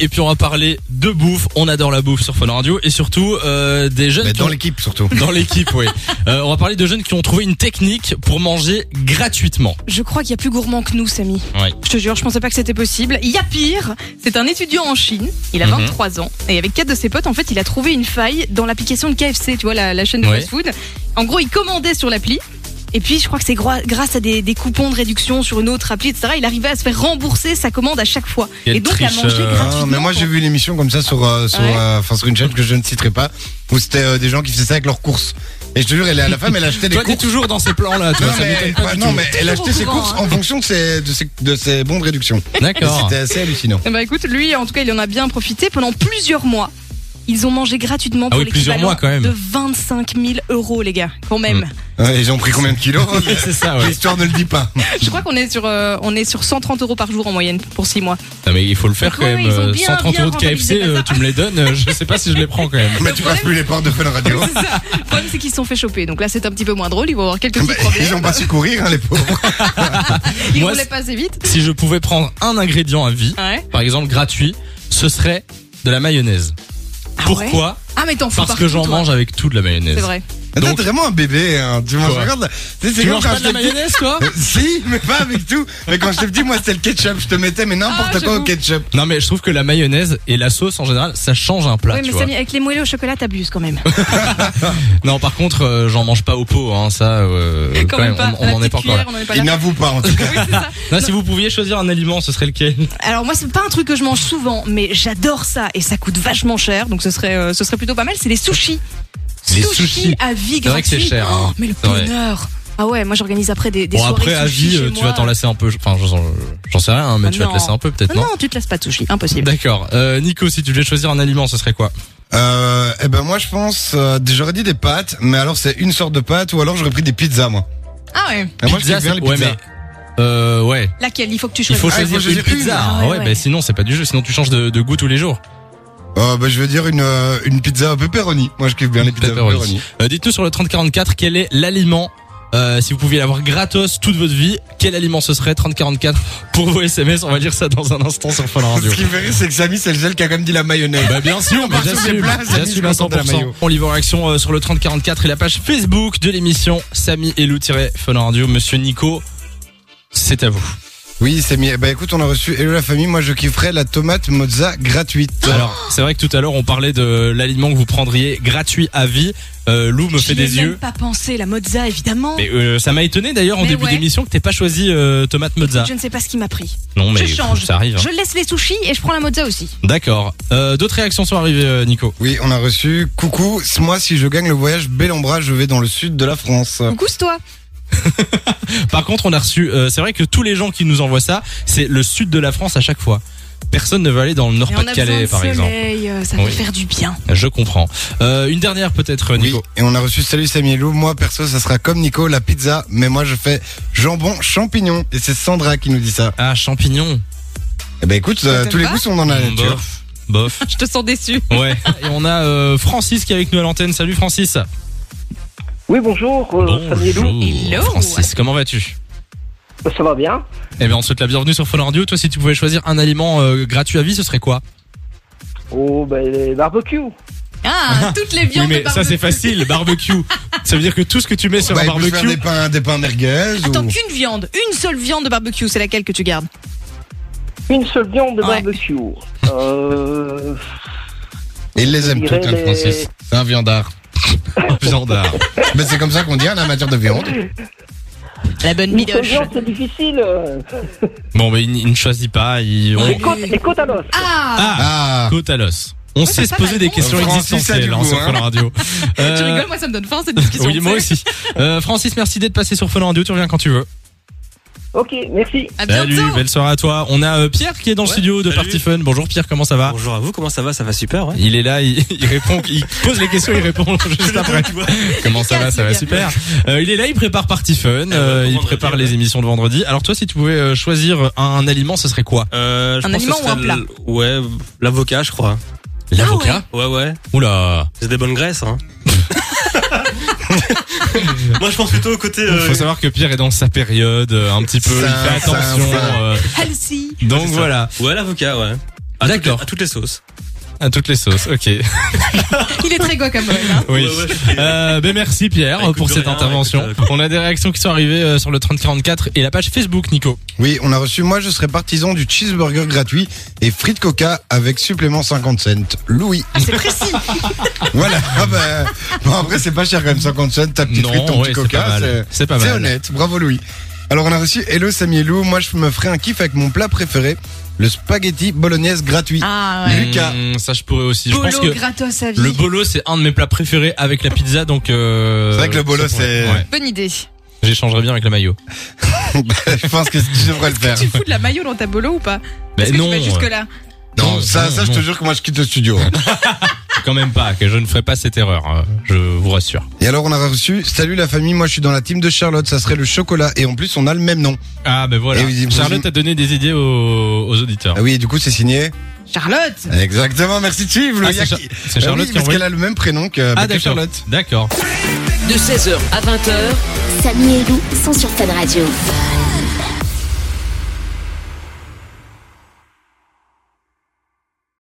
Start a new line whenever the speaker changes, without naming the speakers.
Et puis on va parler de bouffe, on adore la bouffe sur Fun Radio et surtout euh, des jeunes
Mais
qui
dans
ont-
l'équipe surtout.
dans l'équipe, oui. Euh, on va parler de jeunes qui ont trouvé une technique pour manger gratuitement.
Je crois qu'il y a plus gourmand que nous, Samy.
Ouais.
Je te jure, je pensais pas que c'était possible.
Il y a pire, c'est un étudiant en Chine, il a
Mhm.
23 ans, et avec quatre de ses potes, en fait, il a trouvé une faille dans l'application de KFC, tu vois, la, la chaîne de
Ouais.
fast-food. En gros, il commandait sur l'appli, et puis je crois que c'est groi- grâce à des, des coupons de réduction sur une autre appli, etc., il arrivait à se faire rembourser sa commande à chaque fois.
Quel
et donc à
tricheur.
manger gratuitement.
Ah, mais moi j'ai
quoi.
vu une émission comme ça sur euh, sur
Ouais.
euh, enfin sur une chaîne que je ne citerai pas où c'était euh, des gens qui faisaient ça avec leurs courses. Et je te jure, elle, la femme elle achetait des
Toi, t'es
courses.
toujours dans ces plans-là, toi.
Non,
ça
mais,
m'étonne pas
ouais,
du
non,
tout.
mais elle achetait
au
ses
courant,
courses
hein.
en fonction de ses, de ses, de ses bons de réduction. Et
D'accord.
C'était assez hallucinant.
Eh ben, écoute, lui, en tout cas, il en a bien profité pendant plusieurs mois. Ils ont mangé gratuitement
Ah
pour
oui, plusieurs
l'équivalent
mois, quand même. Mm.
de 25 000 euros, les gars, quand même.
Ouais, ils ont pris combien de kilos hein,
Oui, c'est ça, ouais.
L'histoire ne le dit pas.
Je crois qu'on est sur euh, on est sur 130 euros par jour en moyenne pour 6 mois.
Non, mais il faut le faire quand
Ouais,
même.
ils ont
euh,
bien,
130
bien
euros de KFC,
rentabilisé,
euh,
ça.
tu me les donnes. euh, Je sais pas si je les prends quand même.
Mais tu passes plus les portes de Fun Radio.
C'est ça. Le problème, c'est qu'ils se sont fait choper. Donc là, c'est un petit peu moins drôle. Ils vont avoir quelques
Bah,
petits
ils
problèmes.
ont pas su courir hein, les pauvres.
Ils
Moi,
roulaient
c'est-
pas assez vite.
Si je pouvais prendre un ingrédient à vie,
Ouais.
par exemple gratuit, ce serait de la mayonnaise.
Ah ouais
Pourquoi
Ah, mais t'en fous
Parce
partout,
que j'en
toi.
mange avec tout de la mayonnaise.
C'est vrai.
T'es
Donc-
vraiment un bébé. Hein. Tu manges
Quoi
regarde. Tu sais, c'est
Tu
comme
manges
quand
pas de la
j'étais petit-
mayonnaise, toi
Euh, Si, mais pas avec tout. Mais quand je te dis moi c'était le ketchup, je te mettais mais n'importe
Ah,
quoi au
j'avoue.
ketchup.
Non mais je trouve que la mayonnaise et la sauce en général ça change un plat.
oui,
tu
mais
vois.
Samy, avec les moelleux au chocolat, t'abuses quand même.
Non par contre euh, j'en mange pas au pot hein, ça euh, quand, même,
pas.
on, on
La
en est
petite
pas encore là.
cuillère, on en est pas
Il
là.
n'avoue pas en tout cas.
Oui, c'est ça.
Non, si vous pouviez choisir un aliment ce serait lequel
Alors moi c'est pas un truc que je mange souvent mais j'adore ça et ça coûte vachement cher donc ce serait euh, ce serait plutôt pas mal c'est les sushis.
Les sushis.
à vie
C'est vrai que c'est
gratuit.
cher, hein.
Oh, mais le
C'est vrai.
bonheur. Ah ouais, moi j'organise après des, des
Bon
soirées
après à
sushis
vie
chez
euh, tu vas
moi.
t'en lasser un peu. je- Enfin j'en j'en sais rien hein, mais
Ah,
tu vas te
non.
lasser un peu peut-être
Ah
non.
non, tu te lasses pas de sushi, impossible.
D'accord. Euh, Nico si tu devais choisir un aliment ce serait quoi
Euh, eh ben moi je pense, euh, j'aurais dit des pâtes, mais alors c'est une sorte de pâte ou alors j'aurais pris des pizzas moi.
Ah ouais.
Et moi je
Pizza,
kiffe bien
c'est-
les
ouais
pizzas.
mais euh, ouais
Laquelle Il faut que tu
il
choisisses.
faut
Ah, il faut
choisir une
choisir une.
pizza.
Ah,
ouais,
ouais,
bah,
ouais.
sinon c'est pas du jeu sinon tu changes de, de goût tous les jours.
Euh, bah, je veux dire une euh, une pizza pepperoni. Moi je kiffe bien les pizzas
Pepperoni.
pepperoni.
Euh, Dites-nous sur le 3044 quel est l'aliment euh, si vous pouviez l'avoir gratos toute votre vie, quel aliment ce serait 3044 pour vos SMS On va lire ça dans un instant sur Fun Radio.
Ce qui me fait rire c'est que Samy c'est le seul qui a quand même dit la mayonnaise.
Bah bien sûr, mais
Parce que c'est
j'assume,
plat, Samy,
j'assume
je
à
m'attends de la
100%.
mayo.
On lit vos réactions euh, sur le 3044 et la page Facebook de l'émission Samy Elou-Fun Radio. Monsieur Nico, c'est à vous.
Oui c'est mis. Bah écoute on a reçu Hello la famille. Moi je kifferais la tomate mozza gratuite.
Alors, c'est vrai que tout à l'heure on parlait de l'aliment que vous prendriez gratuit à vie. Euh, Lou me fait
J'y ai
des
même
yeux.
pas pensé la mozza évidemment.
Mais euh, ça m'a étonné d'ailleurs en
Mais
début
ouais.
d'émission que t'aies pas choisi euh, tomate mozza.
Je ne sais pas ce qui m'a pris.
Non mais
je change.
ça arrive. hein.
Je laisse les sushis et je prends la mozza aussi.
D'accord. Euh, D'autres réactions sont arrivées, euh, Nico.
Oui on a reçu. Coucou, moi si je gagne le voyage Bellambra je vais dans le sud de la France.
Ah.
Coucou c'est toi.
Par contre, on a reçu. euh, c'est vrai que tous les gens qui nous envoient ça, c'est le sud de la France à chaque fois. Personne ne veut aller dans le
Et on a besoin
Nord-Pas-de-Calais,
de
par exemple.
soleil, euh, ça va
Oui.
faire du bien.
Je comprends. Euh, une dernière peut-être,
Oui,
Nico.
et on a reçu Salut Samy et Lou. Moi, perso, ça sera comme Nico, la pizza, mais moi, je fais jambon champignon. Et c'est Sandra qui nous dit ça.
Ah, champignons.
Eh ben, écoute, euh,
t'aimes
tous les
pas
goûts sont dans la
Bon,
nature.
bof. Bof.
Je te sens déçu.
Ouais. Et on a euh, Francis qui est avec nous à l'antenne. Salut Francis.
Oui, bonjour, euh, Samy et Lou. Euh,
Hello.
Francis, comment vas-tu
Ça va bien
Eh bien, on te souhaite la bienvenue sur Fun Radio. Toi, si tu pouvais choisir un aliment euh, gratuit à vie, ce serait quoi
Oh, ben, les barbecues.
Ah, toutes les
Oui,
viandes.
mais
de
ça c'est
barbecue.
facile. Barbecue. ça veut dire que tout ce que tu mets sur
Bah,
un
il peut se faire
barbecue,
des pains, des pains merguez.
Attends
ou-
qu'une viande, une seule viande de barbecue, c'est laquelle que tu gardes
Une seule viande de
Ouais.
barbecue. Euh,
Et il les aime
je
toutes,
dirais
hein,
les-
Francis. C'est un viandard.
viandard.
mais c'est comme ça qu'on dit en matière de viande.
La bonne
une seule viande, c'est difficile. euh.
Bon, mais il, il ne choisit pas. Il, on...
Les côtes, les côtes à l'os.
Ah,
Ah,
Ah.
côte à l'os. On sait
c'est
se
pas
poser
mal,
des
bon.
questions
Francis a
existentielles
du
hein,
goût,
sur
hein.
Fun Radio. Euh,
Tu rigoles, moi ça me donne faim cette discussion.
oui, moi
tu sais.
aussi. Euh, Francis, merci d'être passé sur Fun Radio. Tu reviens quand tu veux.
Ok, merci.
À
Salut,
bientôt.
belle soirée à toi. On a euh, Pierre qui est dans le
Ouais,
studio de
salut.
Party Fun. Bonjour Pierre, comment ça va
Bonjour à vous, comment ça va Ça va super, ouais.
Il est là, il, il répond, il pose les questions, il répond juste après.
Tu vois
Comment ça va
Efficace,
Ça va
le gars.
super. Euh, il est là, il prépare Party Fun,
ben,
euh,
pour
il
vendredi,
prépare
ouais.
les émissions de vendredi. Alors toi, si tu pouvais euh, choisir un, aliment, ce serait quoi
Euh, je
Un
pense que
aliment
ce
ou un
serait le- Ouais, l'avocat, je crois.
L'avocat
Ouais, ouais.
Oula
C'est des bonnes graisses, hein. Moi, je pense plutôt au côté. euh,
Faut savoir que Pierre est dans sa période, euh, un petit peu,
Ça,
il fait
ça,
attention.
ça.
euh,
Healthy.
donc
ça.
voilà.
Ouais, l'avocat, ouais. À toutes
D'accord.
les- À toutes les sauces.
À toutes les sauces, ok.
Il est très go quand même. hein.
Oui.
Ouais, ouais, je suis-
Euh, ben merci Pierre
Bah, écoute,
pour
de
cette
rien,
intervention.
écoute, euh,
On a des réactions qui sont arrivées euh, sur le 3044 et la page Facebook Nico.
Oui, on a reçu. Moi, je serais partisan du cheeseburger gratuit et frites coca avec supplément 50 cents. Louis.
Ah, c'est précis.
Voilà. Ah bah, bon, après, c'est pas cher quand même, 50 cents, ta petite
Non,
frite, ton
ouais,
petit
c'est pas
coca.
mal. C'est pas
c'est
mal.
honnête. Bravo, Louis. Alors, on a reçu Hello Samy et Lou. Moi, je me ferais un kiff avec mon plat préféré, le spaghetti bolognaise gratuit.
Ah ouais.
Lucas.
Hmm, ça je pourrais aussi. je
Polo
pense que
gratos à vie.
le bolo c'est un de mes plats préférés avec la pizza donc. Euh,
C'est vrai que le bolo,
ça pourrait-
c'est-
ouais.
Bonne idée.
J'échangerais bien avec le maillot.
Bah, je pense que tu devrais le faire.
Tu fous de la maillot dans ta bolo ou pas
Ah, Mais
Est-ce que
non,
tu vas jusque là
Non,
Non,
ça,
non,
ça, je te
non.
jure que moi, je quitte le studio. hein.
quand même pas. Que je ne ferai pas cette erreur. hein, Je vous rassure.
Et alors, on a reçu Salut la famille. Moi, je suis dans la team de Charlotte. Ça serait le chocolat. Et en plus, on a le même nom.
Ah ben voilà.
Et vous- vous-
Charlotte a donné des idées aux, aux auditeurs.
Ah oui, et du coup, c'est signé.
Charlotte.
Exactement, merci Chiv.
Ah, c'est Cha- c'est Charlotte qui a
parce
envoyé.
qu'elle a le même prénom que bah,
Ah
que
d'accord.
Charlotte.
D'accord.
De 16h à 20h,
Samy et Lou sont sur Fun Radio.